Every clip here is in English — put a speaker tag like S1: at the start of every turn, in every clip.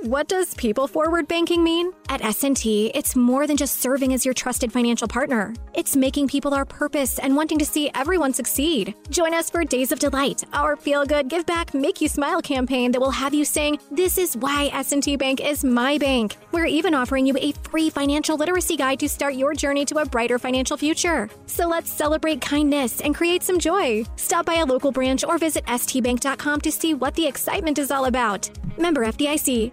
S1: What does people forward banking mean?
S2: At S&T, it's more than just serving as your trusted financial partner. It's making people our purpose and wanting to see everyone succeed. Join us for Days of Delight, our feel-good, give-back, make-you-smile campaign that will have you saying, this is why S&T Bank is my bank. We're even offering you a free financial literacy guide to start your journey to a brighter financial future. So let's celebrate kindness and create some joy. Stop by a local branch or visit stbank.com to see what the excitement is all about. Member FDIC.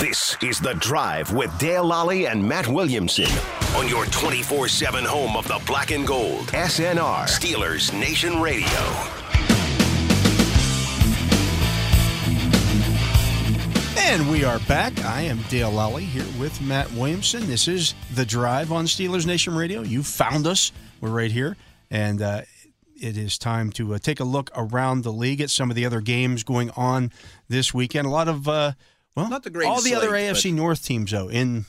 S3: This is The Drive with Dale Lally and Matt Williamson on your 24 7 home of the black and gold. SNR, Steelers Nation Radio.
S4: And we are back. I am Dale Lally here with Matt Williamson. This is The Drive on Steelers Nation Radio. You found us. We're right here. And uh, it is time to uh, take a look around the league at some of the other games going on this weekend. A lot of, uh, well,
S5: Not the greatest
S4: all the other
S5: slate,
S4: AFC North teams, though, in,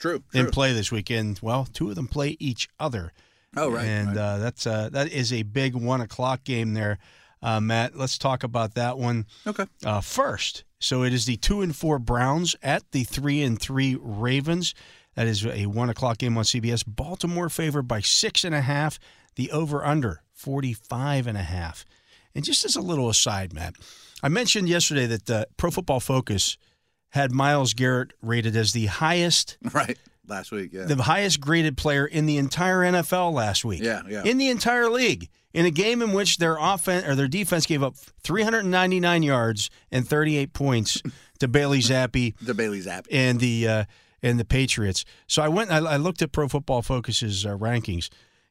S5: True.
S4: in
S5: true.
S4: play this weekend. Well, two of them play each other.
S5: Oh, right,
S4: And
S5: right.
S4: Uh, that's uh, that is a big one o'clock game there, uh, Matt. Let's talk about that one
S5: Okay.
S4: uh, first. So it is the two and four Browns at the three and three Ravens. That is a one o'clock game on CBS. Baltimore favored by six and a half. The over under 45 and a half. And just as a little aside, Matt, I mentioned yesterday that uh, Pro Football Focus had Miles Garrett rated as the highest
S5: Right. Last week, yeah.
S4: the highest graded player in the entire NFL last week.
S5: Yeah, yeah.
S4: In the entire league, in a game in which their offense or their defense gave up 399 yards and 38 points to Bailey Zappi
S5: the Bailey's app.
S4: and the uh, and the Patriots. So I went. I, I looked at Pro Football Focus's uh, rankings.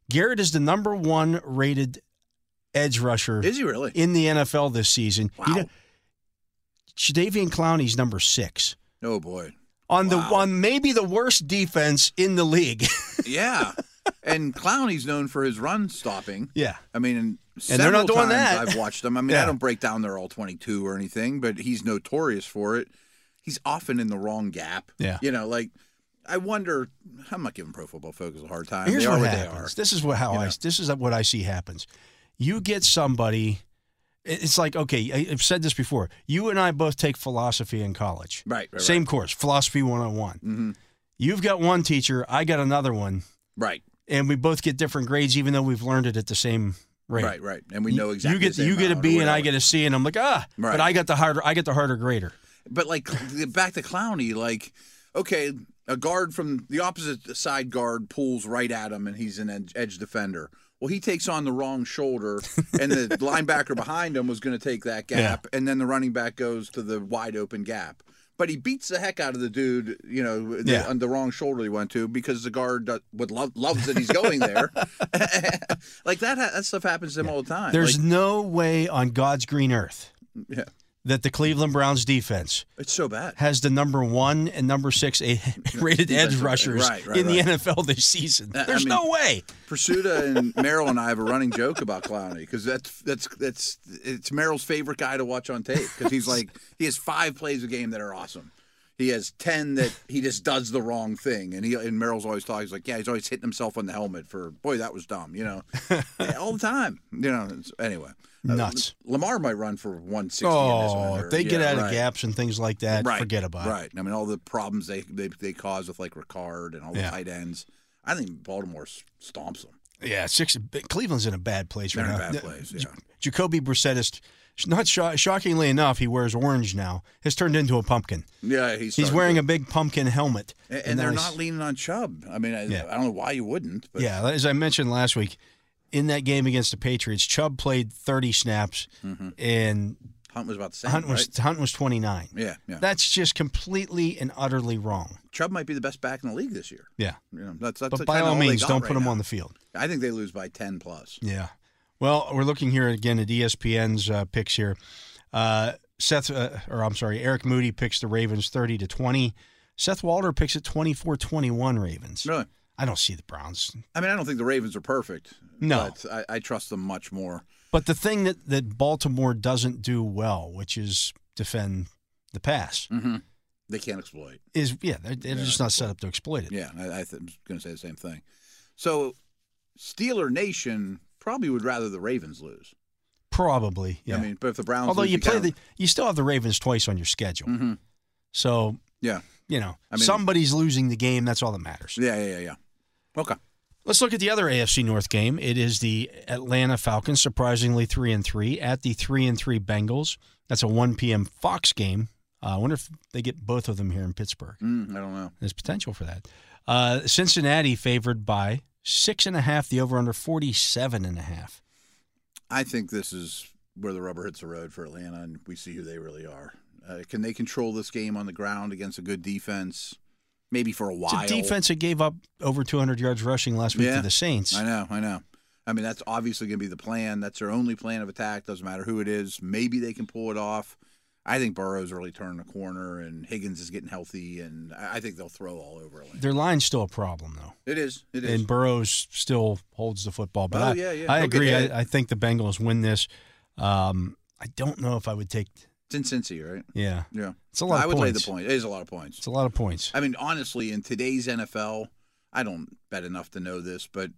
S4: Garrett is the number one rated edge rusher
S5: Is he really?
S4: in the NFL this season.
S5: Wow.
S4: Shadavian Clowney's number six
S5: oh boy.
S4: on the
S5: Wow.
S4: on maybe the worst defense in the league.
S5: Yeah. and Clowney's known for his run stopping.
S4: yeah.
S5: I mean, and,
S4: And they're not
S5: several
S4: doing
S5: times
S4: that.
S5: I've watched them. I mean,
S4: Yeah.
S5: I don't break down their all 22 or anything, but he's notorious for it. He's often in the wrong gap.
S4: Yeah.
S5: You know, like, I wonder, I'm not giving Pro Football Focus a hard time.
S4: Here's
S5: Uh, they are
S4: what
S5: what
S4: happens. This is what how I this is what I see happens. You get somebody. it- It's like okay, I- I've said this before. You and I both take philosophy in college.
S5: Right, right,
S4: Same course, philosophy 101.
S5: Mhm.
S4: You've got one teacher, I got another one,
S5: they are. Right.
S4: and we both get different grades, even though we've learned it at the same rate.
S5: Right. right, And we know exactly.
S4: You get
S5: the same
S4: you get a
S5: amount or
S4: B and I
S5: whatever.
S4: get a C, and I'm like ah,
S5: Right.
S4: but I got the harder I get the harder grader.
S5: But like back to Clowney, like okay, a guard from the opposite side guard pulls right at him, and he's an edge, edge defender. Well, he takes on the wrong shoulder, and the linebacker behind him was going to take that gap, and then the running back goes to the wide open gap. But he beats the heck out of the dude, you know, the,
S4: Yeah.
S5: on the wrong shoulder he went to because the guard do- would love, loves that he's going there. like that, ha- that stuff happens to him all the time.
S4: There's
S5: Like,
S4: no way on God's green earth
S5: yeah,
S4: that the Cleveland Browns defense
S5: it's so bad.
S4: has the number one and number six a- rated edge rushers
S5: Right, right,
S4: in the
S5: right.
S4: NFL this season.
S5: I- I
S4: There's
S5: mean-
S4: no way.
S5: Pursuta and Merrill and I have a running joke about Clowney because that's that's that's it's Merrill's favorite guy to watch on tape because he's like he has five plays a game that are awesome. He has ten that he just does the wrong thing, and he and Merrill's always talking. He's like, yeah, he's always hitting himself on the helmet for boy that was dumb, you know, Yeah, all the time, you know. it's- Anyway, uh,
S4: Nuts.
S5: Lamar might run for one sixty.
S4: Oh, if they get out of
S5: right.
S4: gaps and things like that,
S5: right,
S4: forget about it.
S5: right. I mean, all the problems they they, they cause with like Ricard and all the
S4: Yeah.
S5: tight ends. I think Baltimore s- stomps them.
S4: Yeah, six. Cleveland's in a bad place
S5: They're
S4: right
S5: in a
S4: now.
S5: bad
S4: Th-
S5: place,
S4: J-
S5: yeah.
S4: Jacoby Brissett is not sho- shockingly enough. He wears orange now. Has turned into a pumpkin.
S5: Yeah, he's
S4: He's wearing a big pumpkin helmet.
S5: a, and, they're
S4: that is-
S5: not leaning on Chubb. I mean, I,
S4: Yeah.
S5: I don't know why you wouldn't. But
S4: Yeah, as I mentioned last week, in that game against the Patriots, Chubb played 30 snaps, and
S5: Hunt was about the same.
S4: Hunt was
S5: Mm-hmm. right?
S4: Hunt was 29.
S5: yeah, yeah.
S4: That's just completely and utterly wrong.
S5: Chubb might be the best back in the league this year.
S4: Yeah.
S5: You know, that's that's
S4: But by all means, don't put him on the field.
S5: I think they lose by ten plus.
S4: E Yeah. Well, we're looking here again at ESPN's uh, picks here. Uh, Seth, uh, or I'm sorry, Eric Moody picks the Ravens 30 to 20. Seth Walter picks it 24 21 Ravens.
S5: Really?
S4: I don't see the Browns.
S5: I mean, I don't think the Ravens are perfect.
S4: No.
S5: But I, I trust them much more.
S4: But the thing that, that Baltimore doesn't do well, which is defend the pass,
S5: Mm. They can't exploit.
S4: is yeah, they're, they're just not set up to exploit it.
S5: Yeah, I, I th- I'm going to say the same thing. So, Steeler Nation probably would rather the Ravens lose.
S4: Probably. Yeah.
S5: I mean, but if the Browns,
S4: Although
S5: lose,
S4: you play
S5: kinda-
S4: the, you still have the Ravens twice on your schedule. So,
S5: yeah,
S4: you know,
S5: I mean-
S4: somebody's losing the game. That's all that matters.
S5: yeah, yeah, yeah, yeah. Okay,
S4: Let's look at the other AFC North game. It is the Atlanta Falcons, surprisingly three and three, at the three and three Bengals. That's a one p.m. Fox game. Uh, I wonder if they get both of them here in Pittsburgh.
S5: mm, I don't know.
S4: There's potential for that. Uh, Cincinnati favored by six and a half. The over under forty seven and a half.
S5: I think this is where the rubber hits the road for Atlanta, and we see who they really are. Uh, can they control this game on the ground against a good defense? Maybe for a
S4: It's
S5: while.
S4: a defense that gave up over two hundred yards rushing last week
S5: Yeah,
S4: to the Saints.
S5: I know, I know. I mean, that's obviously going to be the plan. That's their only plan of attack. Doesn't matter who it is. Maybe they can pull it off. I think Burrow's really turning a corner, and Higgins is getting healthy, and I I think they'll throw all over Atlanta.
S4: Their line's still a problem though.
S5: It is. It is.
S4: and Burrows still holds the football. But
S5: Oh,
S4: I,
S5: yeah, yeah.
S4: I
S5: He'll get
S4: agree.
S5: hit.
S4: I, I think the Bengals win this. Um, I don't know if I would take.
S5: it's in Cincy, right?
S4: Yeah,
S5: Yeah.
S4: It's a lot
S5: I
S4: of
S5: would lay the
S4: points.
S5: point. It is a lot of points.
S4: it's a lot of points.
S5: I mean, honestly, in today's NFL, I don't bet enough to know this, but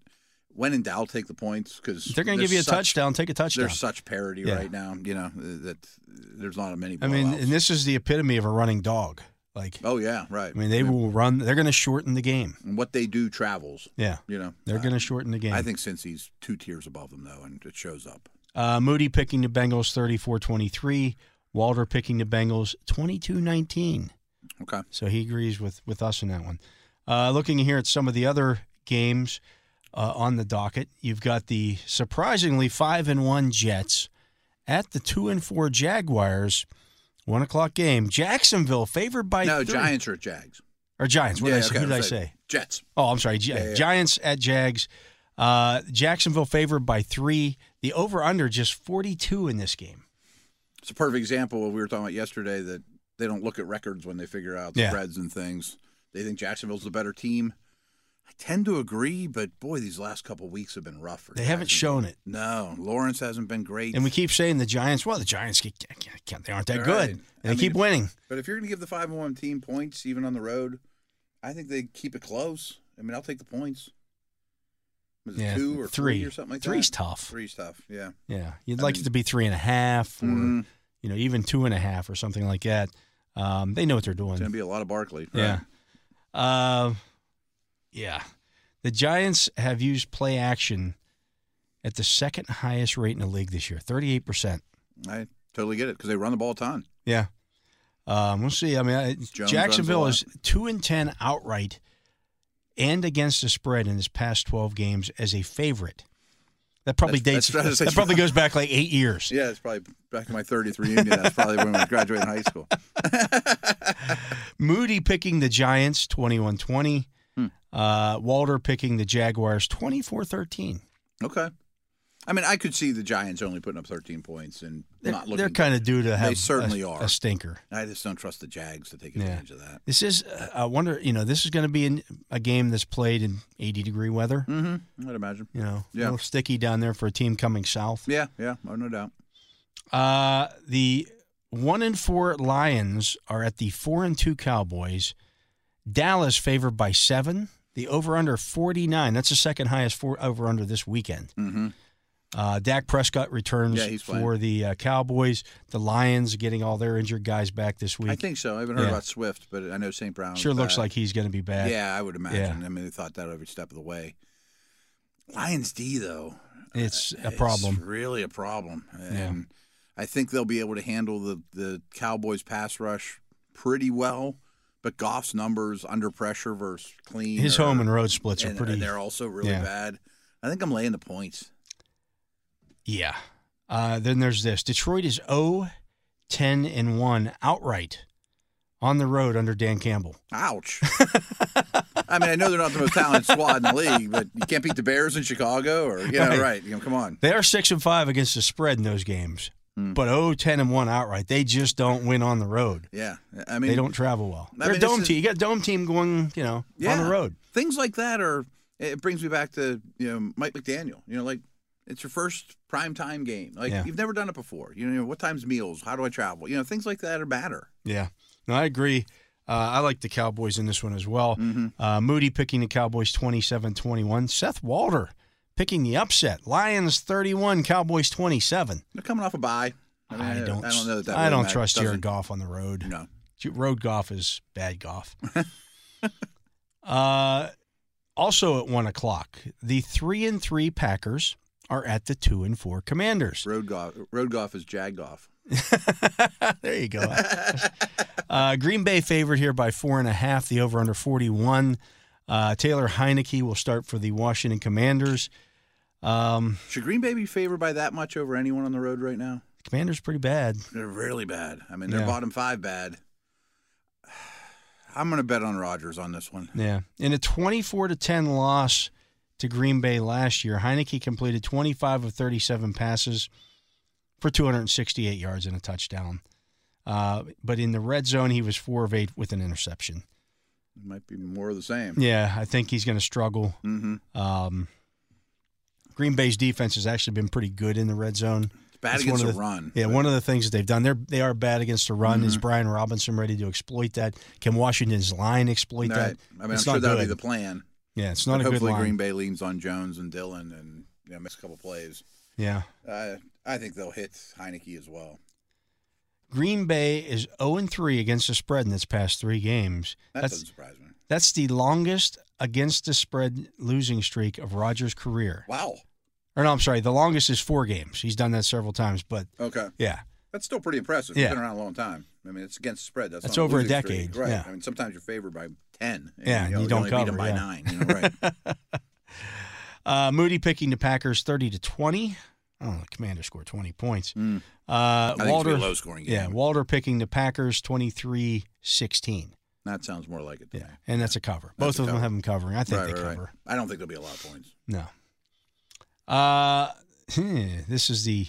S5: when in doubt, take the points because
S4: They're going to give you a touchdown. Take a touchdown.
S5: There's such parity
S4: Yeah.
S5: right now, you know, that there's not many.
S4: I mean,
S5: blowouts.
S4: and this is the epitome of a running dog. Like,
S5: oh yeah, right.
S4: I mean, they will run. They're going to shorten the game.
S5: and what they do travels.
S4: Yeah,
S5: You know,
S4: they're going to shorten the game.
S5: I think since he's two tiers above them though, and it shows up.
S4: Uh, Moody picking the Bengals 34-23. Walter picking the Bengals 22-19.
S5: Okay.
S4: So he agrees with with us in that one. Uh, looking here at some of the other games uh, on the docket, you've got the surprisingly five and one Jets at the two and four Jaguars. One o'clock game. Jacksonville favored by
S5: no,
S4: three.
S5: Giants or Jags.
S4: or Giants. What
S5: Yeah,
S4: did I,
S5: okay,
S4: say? who did I
S5: right.
S4: say?
S5: Jets.
S4: Oh, I'm sorry. Gi-
S5: yeah.
S4: Giants at Jags. Uh, Jacksonville favored by three. The over under just 42 in this game.
S5: It's a perfect example of what we were talking about yesterday that they don't look at records when they figure out
S4: Yeah.
S5: spreads and things. They think Jacksonville's the better team. I tend to agree, but boy, these last couple weeks have been rough. For
S4: They haven't
S5: Jacksonville.
S4: shown it.
S5: No, Lawrence hasn't been great.
S4: And we keep saying the Giants, well, the Giants, get- they aren't that
S5: Right.
S4: good. And they
S5: I mean,
S4: keep winning.
S5: But if you're going to give the five and one team points, even on the road, I think they keep it close. I mean, I'll take the points. Was it
S4: Yeah,
S5: two or three.
S4: three.
S5: or something like
S4: Three's
S5: that?
S4: tough.
S5: Three's tough. Yeah.
S4: Yeah, you'd
S5: I
S4: like
S5: mean-
S4: it to be three and a half, or
S5: Mhm.
S4: you know, even two and a half, or something like that. Um, they know what they're
S5: It's going to
S4: doing.
S5: be a lot of Barkley.
S4: Yeah, uh, yeah. The Giants have used play action at the second highest rate in the league this year, thirty-eight percent.
S5: Right? I totally get it because they run the ball a ton.
S4: Yeah. Um, we'll see. I mean, I,
S5: runs
S4: Jacksonville
S5: a
S4: is two and ten outright, and against the spread in his past twelve games as a favorite. That probably
S5: That's-
S4: dates.
S5: that's-
S4: that probably goes back like eight years.
S5: Yeah, it's probably back to my 30th reunion. That's probably when we graduated high school.
S4: Moody picking the Giants 21 20.
S5: Hmm.
S4: Uh, Walter picking the Jaguars 24 13.
S5: Okay. I mean, I could see the Giants only putting up 13 points and
S4: They're,
S5: not looking.
S4: they're kind of due to have
S5: certainly
S4: a,
S5: are.
S4: a stinker.
S5: I just don't trust the Jags to take
S4: Yeah.
S5: advantage of that.
S4: This is, uh, I wonder, you know, this is going to be in a game that's played in 80 degree weather.
S5: Mm-hmm. I'd imagine.
S4: You know, a
S5: Yeah.
S4: little sticky down there for a team coming south.
S5: Yeah, yeah. Oh, no doubt.
S4: Uh, the one and four Lions are at the four and two Cowboys. Dallas favored by seven. The over under 49. That's the second highest for over under this weekend.
S5: Mm-hmm.
S4: Uh, Dak Prescott returns
S5: Yeah, he's
S4: for
S5: playing.
S4: the uh, Cowboys. The Lions getting all their injured guys back this week.
S5: I think so. I haven't heard
S4: Yeah.
S5: about Swift, but I know St. Brown.
S4: sure looks like he's going to be back.
S5: Yeah, I would imagine. I mean, they thought that every step of the way. Lions D though,
S4: It's a
S5: it's
S4: problem.
S5: really a problem, and I think they'll be able to handle the the Cowboys pass rush pretty well. But Goff's numbers under pressure versus clean.
S4: His
S5: are-
S4: home and road splits
S5: and,
S4: are pretty.
S5: and they're also really
S4: yeah.
S5: bad. I think I'm laying the points.
S4: yeah. Uh, then there's this. Detroit is 0, 10, and 1 outright on the road under Dan Campbell.
S5: Ouch. I mean, I know they're not the most talented squad in the league, but you can't beat the Bears in Chicago, or yeah,
S4: Right.
S5: right. You know, come on.
S4: They are 6 and 5 against the spread in those games.
S5: Hmm.
S4: But oh, 10 and 1 outright. They just don't win on the road.
S5: Yeah, I mean,
S4: they don't travel well.
S5: I
S4: They're
S5: mean, this
S4: dome
S5: is-
S4: team. You got dome team going, you know,
S5: yeah,
S4: on the road.
S5: Things like that are. It brings me back to you know Mike McDaniel. You know, like it's your first prime time game. Like
S4: Yeah.
S5: you've never done it before. You know, what time's meals? How do I travel? You know, things like that are matter.
S4: Yeah, no, I agree. Uh, I like the Cowboys in this one as well.
S5: Mm-hmm.
S4: Uh, Moody picking the Cowboys 27 21. Seth Walter picking the upset. Lions 31, Cowboys 27.
S5: They're coming off a bye. I, mean, I don't know that, that
S4: I
S5: really
S4: don't
S5: matters,
S4: trust
S5: does
S4: Jared
S5: it?
S4: Goff on the road.
S5: No.
S4: Ju- Road golf is bad golf. uh, also at one o'clock, the three and three Packers are at the two and four Commanders.
S5: Road golf. Road golf is jag golf.
S4: there you go. uh, Green Bay favored here by four and a half. The over under forty one. Uh, Taylor Heineke will start for the Washington Commanders. Um,
S5: Should Green Bay be favored by that much over anyone on the road right now?
S4: Commanders pretty bad.
S5: They're really bad. I mean, they're
S4: Yeah.
S5: bottom five bad. I'm going to bet on Rodgers on this one.
S4: Yeah, in a twenty four to ten loss to Green Bay last year, Heineke completed twenty five of thirty seven passes for two hundred and sixty eight yards and a touchdown. Uh, but in the red zone, he was four of eight with an interception.
S5: It might be more of the same.
S4: Yeah, I think he's going to struggle.
S5: Mm-hmm.
S4: Um, Green Bay's defense has actually been pretty good in the red zone.
S5: It's bad
S4: That's one
S5: against
S4: of
S5: the,
S4: the-
S5: run.
S4: Yeah,
S5: but Mm-hmm.
S4: one of the things that they've done, they're they are bad against the run. Is Brian Robinson ready to exploit that? Can Washington's line exploit
S5: all
S4: that?
S5: right. I mean, I'm
S4: It's
S5: sure
S4: not
S5: that'll be
S4: good.
S5: the plan.
S4: yeah, it's not
S5: But
S4: a good
S5: hopefully,
S4: line.
S5: Green Bay leans on Jones and Dylan and you know, makes a couple plays.
S4: Yeah,
S5: Uh, I think they'll hit Heineke as well.
S4: Green Bay is 0 3 against the spread in its past three games.
S5: That
S4: That's
S5: doesn't surprise me.
S4: that's the longest against the spread losing streak of Rogers' career.
S5: Wow.
S4: Or no, I'm sorry, the longest is four games. He's done that several times, but
S5: Okay.
S4: yeah,
S5: That's still pretty impressive.
S4: Yeah.
S5: It's been around a long time. I mean, it's against the spread. That's,
S4: That's
S5: not
S4: over a
S5: losing streak.
S4: decade,
S5: right?
S4: yeah.
S5: I mean, sometimes you're favored by ten. and,
S4: Yeah,
S5: know,
S4: you don't
S5: only beat
S4: cover,
S5: them by
S4: yeah.
S5: nine. You know, right?
S4: Uh, Moody picking the Packers 30 to 20. I don't know. Commander scored 20 points. Uh,
S5: Hmm. I think it's gonna be
S4: Walter,
S5: a low-scoring game.
S4: Yeah, Walter picking the Packers 23 16.
S5: that sounds more like it. To
S4: Yeah,
S5: me.
S4: and that's a cover.
S5: That's
S4: Both
S5: a
S4: of them
S5: cover.
S4: have them covering. I think
S5: Right,
S4: they
S5: right, right.
S4: cover.
S5: I don't think there'll be a lot of points.
S4: No. Uh, hmm, this is the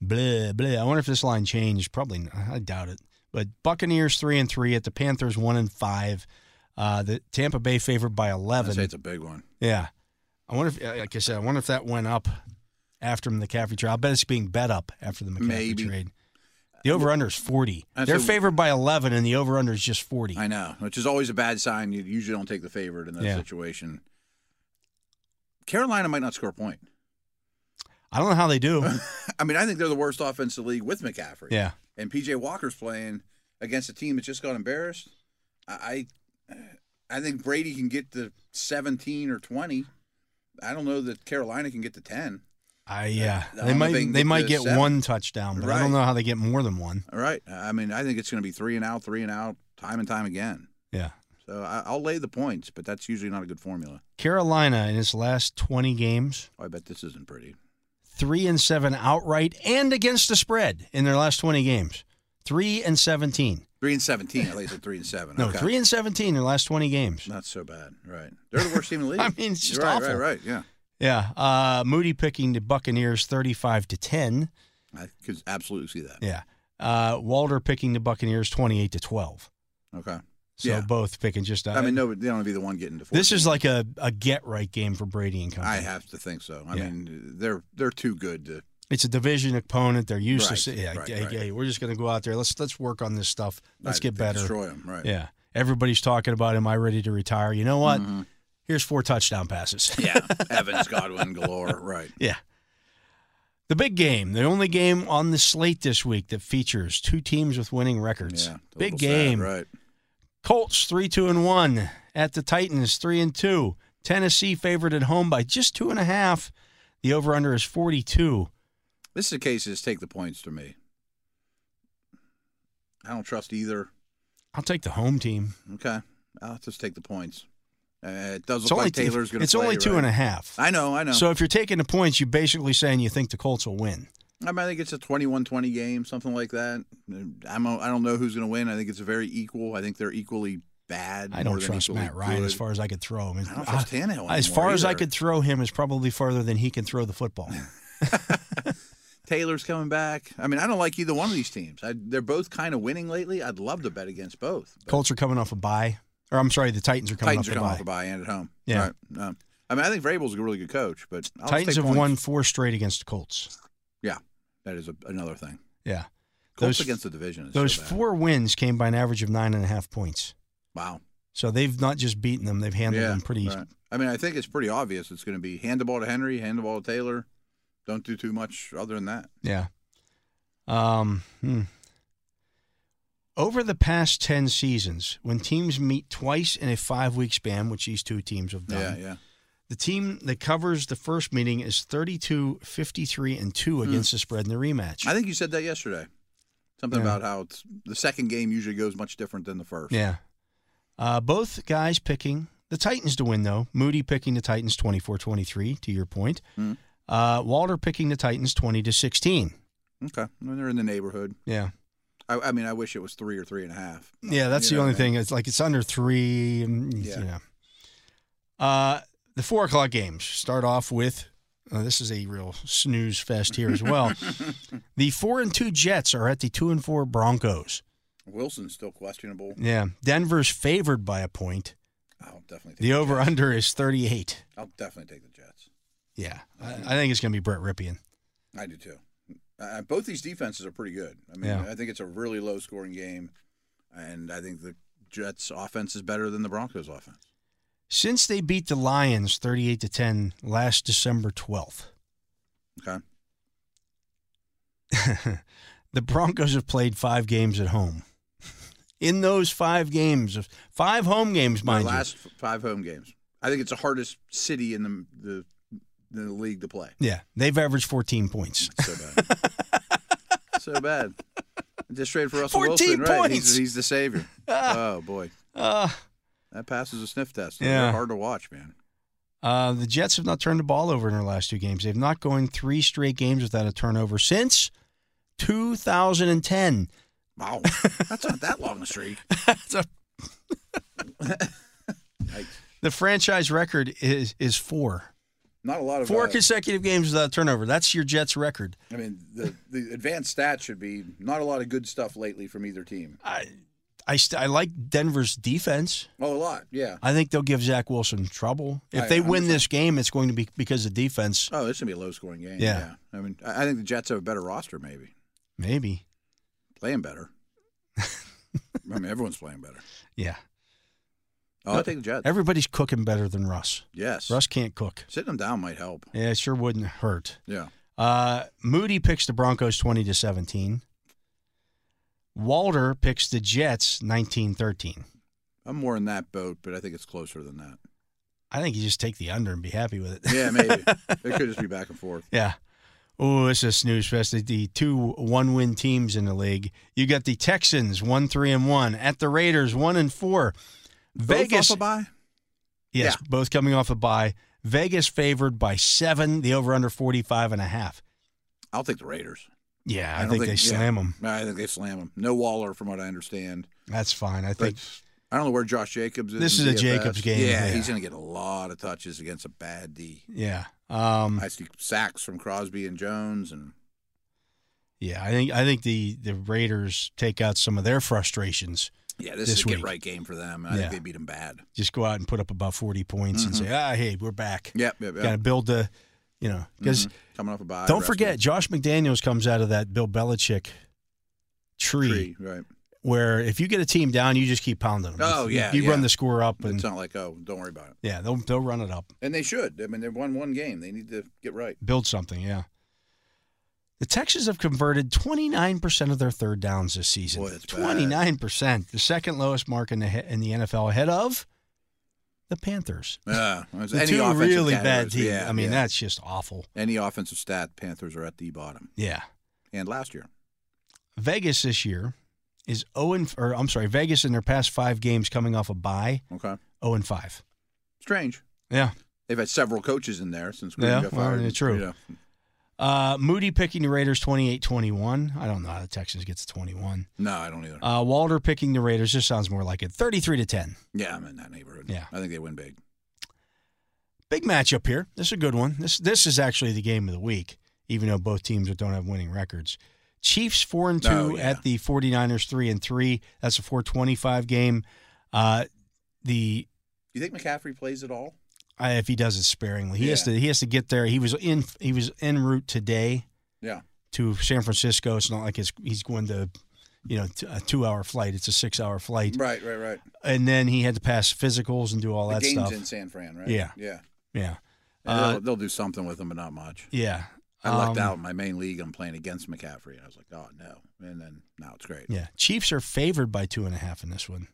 S4: blah, blah. I wonder if this line changed. Probably not. I doubt it. But Buccaneers 3 and 3 at the Panthers 1 and 5. Uh, the Tampa Bay favored by
S5: I'd
S4: 11.
S5: say it's a big one.
S4: Yeah. I wonder if, uh, like I said, I wonder if that went up after the McCaffrey trade. I bet it's being bet up after the McCaffrey
S5: Maybe.
S4: trade. The over under is 40.
S5: That's
S4: They're
S5: a-
S4: favored by 11, and the over under is just 40.
S5: I know, which is always a bad sign. You usually don't take the favorite in that
S4: Yeah.
S5: situation. Carolina might not score a point.
S4: I don't know how they do.
S5: I mean, I think they're the worst offense in the league with McCaffrey.
S4: yeah.
S5: And PJ Walker's playing against a team that just got embarrassed. I, I I think Brady can get to 17 or 20. I don't know that Carolina can get to 10.
S4: I yeah.
S5: I don't
S4: they
S5: know
S4: might
S5: if they can
S4: they
S5: get
S4: might
S5: to
S4: get
S5: seven.
S4: one touchdown, but I don't
S5: Right.
S4: know how they get more than one.
S5: All right. I mean, I think it's going to be three and out, three and out, time and time again.
S4: Yeah.
S5: So I, I'll lay the points, but that's usually not a good formula. Oh,
S4: Carolina in its last 20 games,
S5: I bet this isn't pretty.
S4: 3 and 7 outright and against the spread in their last 20 games. 3 and 17.
S5: Three and 17. I laid it three and seven.
S4: No,
S5: okay.
S4: 3 and 17 in their last 20 games.
S5: Not so bad, right? They're the worst team in the league.
S4: I mean, it's just
S5: right,
S4: awful.
S5: Right, right, yeah.
S4: Yeah, uh, Moody picking the Buccaneers thirty-five to ten.
S5: I could absolutely see that.
S4: Yeah, uh, Walter picking the Buccaneers twenty-eight to twelve.
S5: Okay.
S4: So
S5: Yeah.
S4: both picking just. Uh,
S5: I mean, no, they don't want to be the one getting to. 14.
S4: this is like a, a get right game for Brady and company.
S5: I have to think so. I
S4: Yeah.
S5: mean, they're they're too good to.
S4: It's a division opponent. They're used to.
S5: Right,
S4: say- Yeah,
S5: right,
S4: hey,
S5: right.
S4: hey, we're just going to go out there. Let's let's work on this stuff. Let's
S5: I-
S4: get
S5: they
S4: better.
S5: Destroy them, right?
S4: Yeah, everybody's talking about him. I ready to retire. You know what? Here's four touchdown passes.
S5: Mm-hmm. yeah. Evans, Godwin, Galore, right?
S4: Yeah. The big game, the only game on the slate this week that features two teams with winning records.
S5: Yeah. a
S4: big
S5: little sad,
S4: game.
S5: right?
S4: Colts 3 2 and 1 at the Titans 3 and 2. Tennessee favored at home by just two and a half. The over under is 42.
S5: This is a case. Just take the points to me. I don't trust either.
S4: I'll take the home team.
S5: Okay, I'll just take the points. Uh, it does
S4: It's
S5: look
S4: only,
S5: like Taylor's going to.
S4: it's only two and a half.
S5: I know. I know.
S4: So if you're taking the points, you're basically saying you think the Colts will win.
S5: I, mean, I think it's a 21-20 game, something like that. I'm a, I don't know who's going to win. I think it's very equal. I think they're equally bad.
S4: I don't
S5: more than
S4: trust
S5: equally
S4: Matt Ryan as
S5: good.
S4: far as I could throw him.
S5: I don't trust Tannehill
S4: As far
S5: anymore
S4: as I
S5: either.
S4: could throw him is probably farther than he can throw the football.
S5: Taylor's coming back. I mean, I don't like either one of these teams. I, they're both kind of winning lately. I'd love to bet against both. but
S4: Colts are coming off a bye, or I'm sorry, the Titans are coming
S5: Titans are
S4: off a
S5: coming
S4: bye.
S5: off a bye and at home.
S4: Yeah.
S5: Right. No. I mean, I think Vrabel's a really good coach, but I'll
S4: Titans
S5: take
S4: have
S5: points.
S4: won four straight against the Colts.
S5: Yeah, that is a, another thing.
S4: Yeah,
S5: Colts
S4: Those-
S5: against the division. Is so
S4: those
S5: bad.
S4: four wins came by an average of nine and a half points.
S5: Wow.
S4: So they've not just beaten them; they've handled them pretty.
S5: right. I mean, I think it's pretty obvious. It's going to be hand the ball to Henry, hand the ball to Taylor. Don't do too much other than that.
S4: Yeah. Um. hmm. Over the past ten seasons, when teams meet twice in a five-week span, which these two teams have done,
S5: Yeah, yeah.
S4: the team that covers the first meeting is 32, 53, and two against the spread in the rematch.
S5: Hmm. I think you said that yesterday. Something
S4: Yeah.
S5: about how it's, the second game usually goes much different than the first.
S4: Yeah. Uh, both guys picking the Titans to win, though. Moody picking the Titans 24 23, to your point.
S5: Mhm.
S4: Uh, Walter picking the Titans 20 to 16.
S5: Okay. I mean, they're in the neighborhood.
S4: Yeah.
S5: I, I mean, I wish it was three or three and a half.
S4: Yeah, that's
S5: Oh, You
S4: the
S5: know
S4: only
S5: what I mean?
S4: thing. It's like it's under three. And,
S5: Yeah.
S4: You know. uh, the four o'clock games start off with. uh, this is a real snooze fest here as well. the four and two Jets are at the two and four Broncos.
S5: Wilson's still questionable.
S4: Yeah, Denver's favored by a point.
S5: I'll definitely take
S4: The
S5: the
S4: over
S5: Jets.
S4: under is thirty eight.
S5: I'll definitely take the Jets.
S4: Yeah, I, I think it's going to be Brett Ripien.
S5: I do too. Uh, both these defenses are pretty good. I mean,
S4: Yeah.
S5: I think it's a really low scoring game, and I think the Jets' offense is better than the Broncos' offense.
S4: Since they beat the Lions 38 to 10 last December 12th,
S5: Okay.
S4: the Broncos have played 5 games at home. In those 5 games, 5 home games,
S5: My
S4: mind
S5: last f- five home games. I think it's the hardest city in the the, the league to play.
S4: you. Yeah, they've averaged 14 points.
S5: So bad. so bad. Just straight for Russell
S4: 14
S5: Wilson, right?
S4: points. Ah.
S5: He's, he's the savior. oh boy,
S4: Uh,
S5: that passes a sniff test.
S4: Yeah.
S5: They're hard to watch, man.
S4: uh, the Jets have not turned the ball over in their last two games. They've not gone 3 straight games without a turnover since 2010.
S5: Wow, that's not that long a streak.
S4: That's a-
S5: Yikes.
S4: the franchise record is is 4.
S5: Not a lot of
S4: Four
S5: uh,
S4: consecutive games without a turnover. That's your Jets record.
S5: I mean, the, the advanced stats should be not a lot of good stuff lately from either team.
S4: I I, st- I like Denver's defense.
S5: Oh, a lot, yeah.
S4: I think they'll give Zach Wilson trouble. If
S5: I-
S4: they
S5: I
S4: win this game, it's going to be because of defense.
S5: Oh, this should be a low scoring game.
S4: Yeah.
S5: I mean, I I think the Jets have a better roster, maybe.
S4: Maybe.
S5: Playing better. I mean, everyone's playing better.
S4: Yeah.
S5: Oh, I'll take the Jets.
S4: Everybody's cooking better than Russ.
S5: yes.
S4: Russ can't cook.
S5: Sitting them down might help.
S4: Yeah, it sure wouldn't hurt.
S5: Yeah.
S4: Uh, Moody picks the Broncos 20 to 17. Walter picks the Jets 19-13.
S5: I'm more in that boat, but I think it's closer than that.
S4: I think you just take the under and be happy with it.
S5: Yeah, maybe. it could just be back and forth.
S4: Yeah. Oh, it's a snooze fest. The- The two one-win teams in the league. You got the Texans one three and one at the Raiders one and four. Vegas,
S5: Both off a bye?
S4: yes,
S5: yeah.
S4: both coming off a bye. Vegas favored by seven. The over/under 45 and a half.
S5: I'll take the Raiders.
S4: Yeah, I,
S5: don't
S4: think, they
S5: yeah.
S4: slam them.
S5: I think they slam them. No Waller, from what I understand.
S4: That's fine. I
S5: But
S4: think
S5: I don't know where Josh Jacobs is.
S4: This
S5: in
S4: is a
S5: DFS.
S4: Jacobs game,
S5: Yeah,
S4: yeah.
S5: he's going to get a lot of touches against a bad D.
S4: yeah. Um,
S5: I see sacks from Crosby and Jones, and
S4: yeah, I think I think the the Raiders take out some of their frustrations.
S5: yeah, this,
S4: This
S5: is a get
S4: week.
S5: right game for them. and I
S4: Yeah.
S5: think they beat him bad.
S4: Just go out and put up about 40 points
S5: Mm-hmm.
S4: and say, "Ah, hey, we're back."
S5: Yep, yep, yep.
S4: Got to build the, you know, because
S5: Mhm. coming off a bye.
S4: Don't
S5: rested.
S4: forget, Josh McDaniels comes out of that Bill Belichick tree,
S5: Tree, right?
S4: where if you get a team down, you just keep pounding them.
S5: Oh,
S4: You-
S5: yeah,
S4: you run
S5: yeah.
S4: the score up, and
S5: It's not like oh, don't worry about it.
S4: yeah, they'll they'll run it up,
S5: And they should. I mean, they've won one game. They need to get right.
S4: build something. Yeah, the Texans have converted twenty nine percent of their third downs this
S5: Boy,
S4: season.
S5: that's bad.
S4: Twenty nine percent, the second lowest mark in the he- in the NFL, ahead of the Panthers.
S5: Yeah, it's
S4: The
S5: any
S4: two
S5: offensive
S4: really bad
S5: categories,
S4: teams.
S5: Yeah,
S4: I mean,
S5: yeah.
S4: that's just awful.
S5: any offensive stat. Panthers are at the bottom,
S4: Yeah.
S5: and last year.
S4: Vegas this year is 0 and, or I'm sorry, Vegas in their past five games coming off a bye,
S5: Okay,
S4: 0 and 5.
S5: strange.
S4: Yeah.
S5: They've had several coaches in there since Gruden
S4: Yeah,
S5: got
S4: well,
S5: fired.
S4: yeah, true.
S5: You know,
S4: Uh, Moody picking the Raiders 28 21. I don't know how the Texans get to 21.
S5: No, I don't either.
S4: Uh, Walter picking the Raiders. This sounds more like it 33 to 10.
S5: yeah, I'm in that neighborhood.
S4: Yeah.
S5: I think they win big.
S4: Big matchup here. This is a good one. This this is actually the game of the week. even though both teams don't have winning records. Chiefs four and two
S5: Oh, yeah.
S4: at the 49ers three and three. That's a 425 game. Uh, the
S5: You think McCaffrey plays at all?
S4: I, if he does it sparingly, he has
S5: Yeah.
S4: to he has to get there. He was in he was en route today
S5: Yeah.
S4: to San Francisco. It's not like it's, he's going to you know t- a two hour flight. It's a six hour flight,
S5: Right, right, right.
S4: and then he had to pass physicals and do all
S5: the
S4: that
S5: game's
S4: stuff.
S5: in San Fran, right?
S4: Yeah.
S5: Yeah.
S4: Yeah,
S5: And
S4: Uh,
S5: they'll, they'll do something with him, but not much.
S4: yeah.
S5: I lucked
S4: Um,
S5: out in my main league. I'm playing against McCaffrey. I was like, oh, no. And then now it's great.
S4: Yeah, Chiefs are favored by two and a half in this one.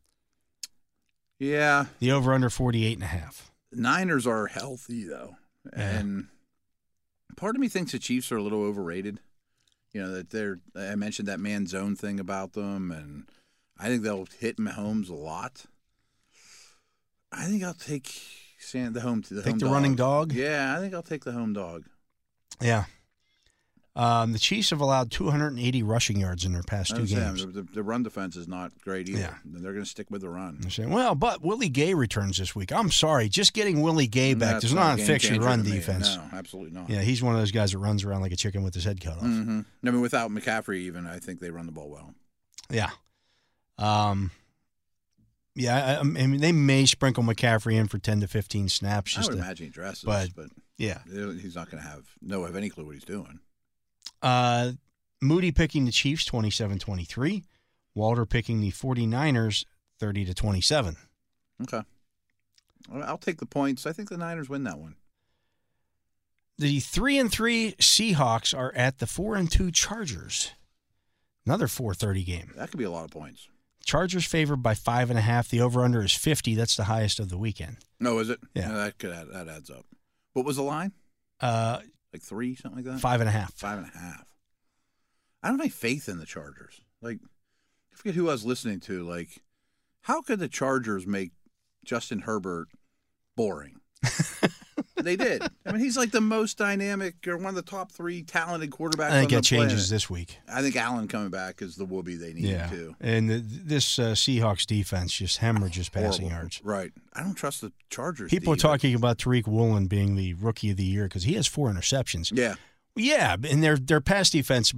S5: Yeah.
S4: The over under 48 and a half.
S5: Niners are healthy though,
S4: Yeah.
S5: and part of me thinks the Chiefs are a little overrated. You know that they're. I mentioned that man zone thing about them, and I think they'll hit Mahomes a lot. I think I'll take San the home to the
S4: Take
S5: home
S4: the running dog?
S5: Yeah, I think I'll take the home dog.
S4: Yeah. Um, the Chiefs have allowed 280 rushing yards in their past two
S5: That's them.
S4: games.
S5: The, the run defense is not great either.
S4: Yeah.
S5: They're going to stick with the run.
S4: They're saying, well, but Willie Gay returns this week. I'm sorry, just getting Willie Gay
S5: And
S4: back
S5: Mm, that's
S4: does not
S5: a
S4: fix your
S5: game-changer
S4: run
S5: to me.
S4: defense.
S5: No, absolutely not.
S4: Yeah, he's one of those guys that runs around like a chicken with his head cut off.
S5: hmm I mean, without McCaffrey, even I think they run the ball well.
S4: Yeah. Um, yeah, I, I mean, they may sprinkle McCaffrey in for 10 to 15 snaps.
S5: I
S4: Just
S5: would
S4: to-
S5: imagine he dresses,
S4: but-
S5: but
S4: yeah.
S5: He's not going to have no have any clue what he's doing.
S4: Uh, Moody picking the Chiefs 27 23. Walter picking the 49ers 30 to 27.
S5: Okay, Well, I'll take the points. I think the Niners win that one.
S4: The 3 and 3 Seahawks are at the 4 and 2 Chargers. Another 430 game.
S5: That could be a lot of points.
S4: Chargers favored by 5.5. The over under is 50. That's the highest of the weekend.
S5: No, is it?
S4: Yeah.
S5: that could add, that adds up. What was the line?
S4: Uh,
S5: Like three, something
S4: 5.5.
S5: like that. five and a half. I don't have any faith in the Chargers. Like, I forget who I was listening to. Like, how could the Chargers make Justin Herbert boring? they did. I mean, he's like the most dynamic or one of the top three talented quarterbacks.
S4: I think that
S5: on the
S4: changes
S5: planet.
S4: this week.
S5: I think Allen coming back is the whoopee they need
S4: Yeah.
S5: too.
S4: And th- this uh, Seahawks defense just hemorrhages passing
S5: Horrible.
S4: yards.
S5: Right. I don't trust the Chargers.
S4: People are
S5: D, but-
S4: talking about Tariq Woolen being the rookie of the year because he has four interceptions.
S5: Yeah.
S4: Yeah, and their their pass defense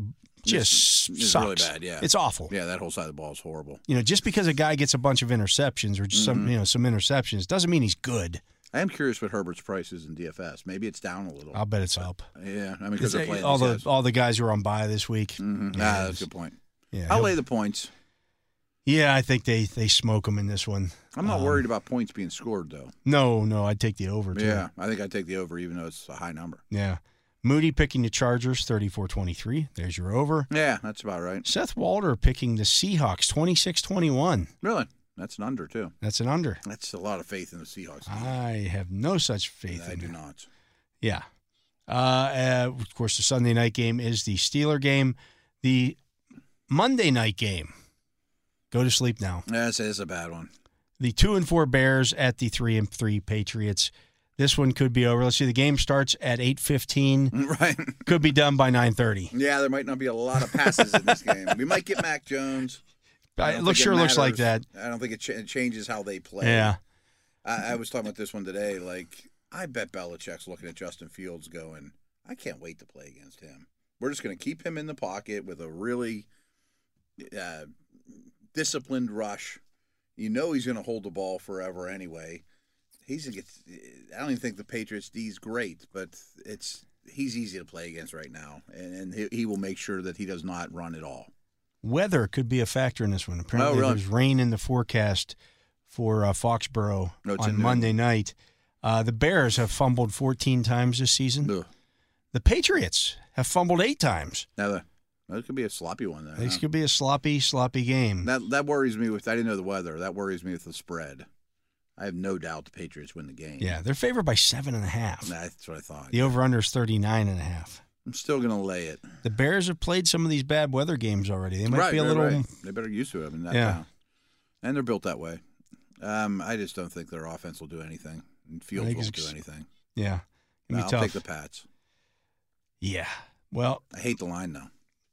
S4: just
S5: It's- it's
S4: sucks.
S5: really bad, yeah.
S4: it's awful.
S5: Yeah, that whole side of the ball is horrible.
S4: You know, just because a guy gets a bunch of interceptions or just
S5: Mm-hmm.
S4: some you know some interceptions doesn't mean he's good.
S5: I am curious what Herbert's price is in DFS. Maybe it's down a little.
S4: I'll bet it's up.
S5: yeah, I mean
S4: Because
S5: because they're playing
S4: all the
S5: these guys.
S4: all the guys who are on bye this week.
S5: Mhm.
S4: Yeah,
S5: Ah, that's a
S4: it's-
S5: good point.
S4: yeah,
S5: I'll
S4: he'll-
S5: lay the points.
S4: yeah, I think they they smoke him in this one.
S5: I'm not
S4: Um,
S5: worried about points being scored though.
S4: No, no, I'd take the over. Too.
S5: Yeah, I think I take the over even though it's a high number.
S4: yeah. Moody picking the Chargers 34-23. There's your over.
S5: Yeah, that's about right.
S4: Seth Walter picking the Seahawks 26-21.
S5: Really, that's an under too.
S4: That's an under.
S5: That's a lot of faith in the Seahawks.
S4: I have no such faith
S5: I
S4: in
S5: do
S4: that.
S5: not.
S4: Yeah. Uh, uh, of course, the Sunday night game is the Steeler game. The Monday night game. Go to sleep now.
S5: That's, that's a bad one.
S4: The two and four Bears at the three and three Patriots. This one could be over. Let's see. The game starts at eight fifteen.
S5: right.
S4: Could be done by nine thirty.
S5: Yeah, there might not be a lot of passes in this game. We might get Mac Jones. I don't
S4: It looks
S5: think
S4: sure looks like that.
S5: matters. I don't think it, ch- it changes how they play.
S4: Yeah.
S5: I, I was talking about this one today. Like, I bet Belichick's looking at Justin Fields going, I can't wait to play against him. We're just going to keep him in the pocket with a really uh, disciplined rush. You know he's going to hold the ball forever anyway. He's gonna get. I don't even think the Patriots D's great, but it's he's easy to play against right now, and, and he, he will make sure that he does not run at all.
S4: Weather could be a factor in this one. Apparently,
S5: Oh, really?
S4: there's rain in the forecast for uh, Foxborough
S5: No, it's in
S4: on
S5: New
S4: Monday night. Uh, the Bears have fumbled 14 times this season.
S5: Ugh.
S4: The Patriots have fumbled eight times.
S5: Now that that could be a sloppy one there.
S4: This
S5: huh?
S4: could be a sloppy, sloppy game.
S5: That that worries me with I didn't know the weather. That worries me with the spread. I have no doubt the Patriots win the game.
S4: Yeah, they're favored by seven and a half.
S5: That's what I thought.
S4: The over under is 39 and a half.
S5: I'm still gonna lay it.
S4: The Bears have played some of these bad weather games already. They might
S5: right,
S4: be a
S5: right,
S4: little.
S5: right. they better get used to it. I mean, that
S4: Yeah.
S5: town. And they're built that way. Um, I just don't think their offense will do anything. And Fields
S4: think
S5: won't
S4: it's-
S5: do anything.
S4: Yeah, it'll
S5: No,
S4: be
S5: I'll
S4: tough.
S5: take the Pats.
S4: yeah. Well,
S5: I hate the line though.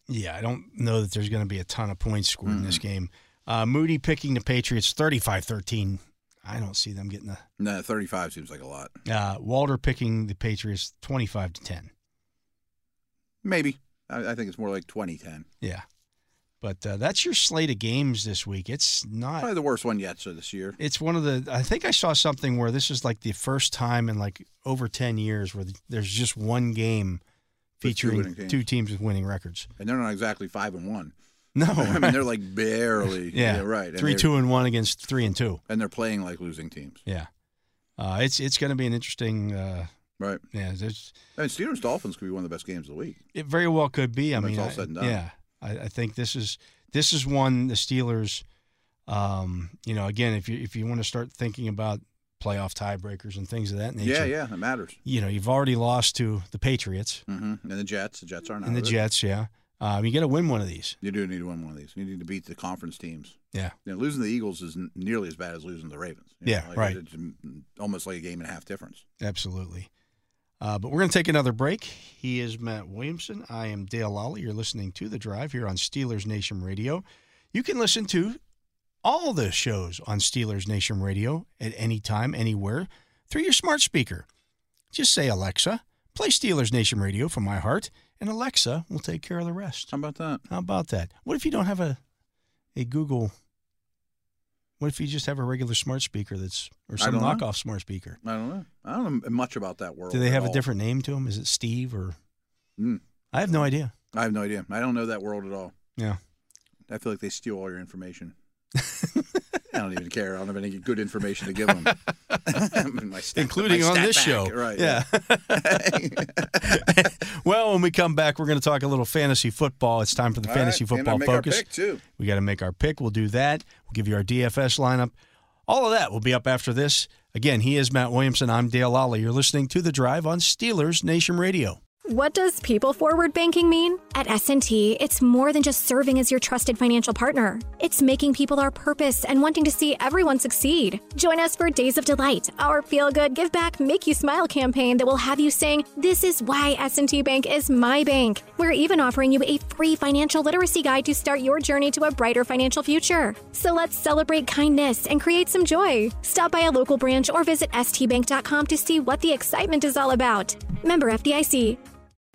S4: yeah, I don't know that there's going to be a ton of points scored in this
S5: Mm-hmm.
S4: game. Uh, Moody picking the Patriots 35 13. I don't see them getting the.
S5: No, thirty five seems like a lot.
S4: Uh, Walter picking the Patriots 25 to 10.
S5: Maybe. I, I think it's more like 2010.
S4: Yeah. But uh, that's your slate of games this week. It's not.
S5: Probably the worst one yet, so this year.
S4: It's one of the. I think I saw something where this is like the first time in like over ten years where there's just one game
S5: With two
S4: featuring
S5: winning teams.
S4: two teams with winning records.
S5: And they're not exactly five and one.
S4: No,
S5: I mean, they're like barely.
S4: Oh, yeah.
S5: right. And
S4: Three,
S5: they're-
S4: two, and one against three and two.
S5: And they're playing like losing teams.
S4: Yeah. Uh, it's it's going to be an interesting. Uh,
S5: Right.
S4: yeah, there's,
S5: I mean, Steelers Dolphins could be one of the best games of the week.
S4: it very well could be. I
S5: When it's
S4: mean,
S5: all
S4: I-
S5: said and done.
S4: yeah, I, I think this is this is one the Steelers. Um, you know, again, if you if you want to start thinking about playoff tiebreakers and things of that nature,
S5: Yeah, yeah, it matters.
S4: You know, you've already lost to the Patriots
S5: hmm And the Jets. The Jets aren't out
S4: and the
S5: of it.
S4: Jets. Yeah, um, you got to win one of these.
S5: You do need to win one of these. You need to beat the conference teams.
S4: Yeah,
S5: You know, losing the Eagles is n- nearly as bad as losing the Ravens. you know,
S4: Yeah,
S5: like,
S4: right.
S5: It's mm, almost like a game and a half difference.
S4: absolutely. Uh, but we're going to take another break. He is Matt Williamson. I am Dale Lally. You're listening to The Drive here on Steelers Nation Radio. You can listen to all the shows on Steelers Nation Radio at any time, anywhere, through your smart speaker. Just say, Alexa, play Steelers Nation Radio from my heart, and Alexa will take care of the rest.
S5: How about that?
S4: How about that? What if you don't have a a Google? What if you just have a regular smart speaker that's or
S5: I
S4: some
S5: don't know.
S4: knockoff smart speaker?
S5: I don't know. I don't know much about that world.
S4: Do they
S5: at
S4: have a
S5: all.
S4: different name to them? Is it Steve or?
S5: Mm,
S4: I have no idea.
S5: I have no idea. I don't know that world at all.
S4: Yeah,
S5: I feel like they steal all your information. I don't even care. I don't have any good information to give them, I mean, my stat-
S4: including
S5: my
S4: on
S5: stat
S4: this
S5: back,
S4: show.
S5: right?
S4: Yeah. well, when we come back, we're going to talk a little fantasy football. It's time for the
S5: All
S4: fantasy
S5: right, and I
S4: football
S5: make our
S4: focus.
S5: pick, too.
S4: We got to make our pick. We'll do that. We'll give you our DFS lineup. All of that will be up after this. Again, he is Matt Williamson. I'm Dale Lally. You're listening to The Drive on Steelers Nation Radio.
S2: What does people forward banking mean? At S&T, it's more than just serving as your trusted financial partner. It's making people our purpose and wanting to see everyone succeed. Join us for Days of Delight, our feel good, give back, make you smile campaign that will have you saying, "This is why S&T Bank is my bank." We're even offering you a free financial literacy guide to start your journey to a brighter financial future. So let's celebrate kindness and create some joy. Stop by a local branch or visit stbank.com to see what the excitement is all about. Member FDIC.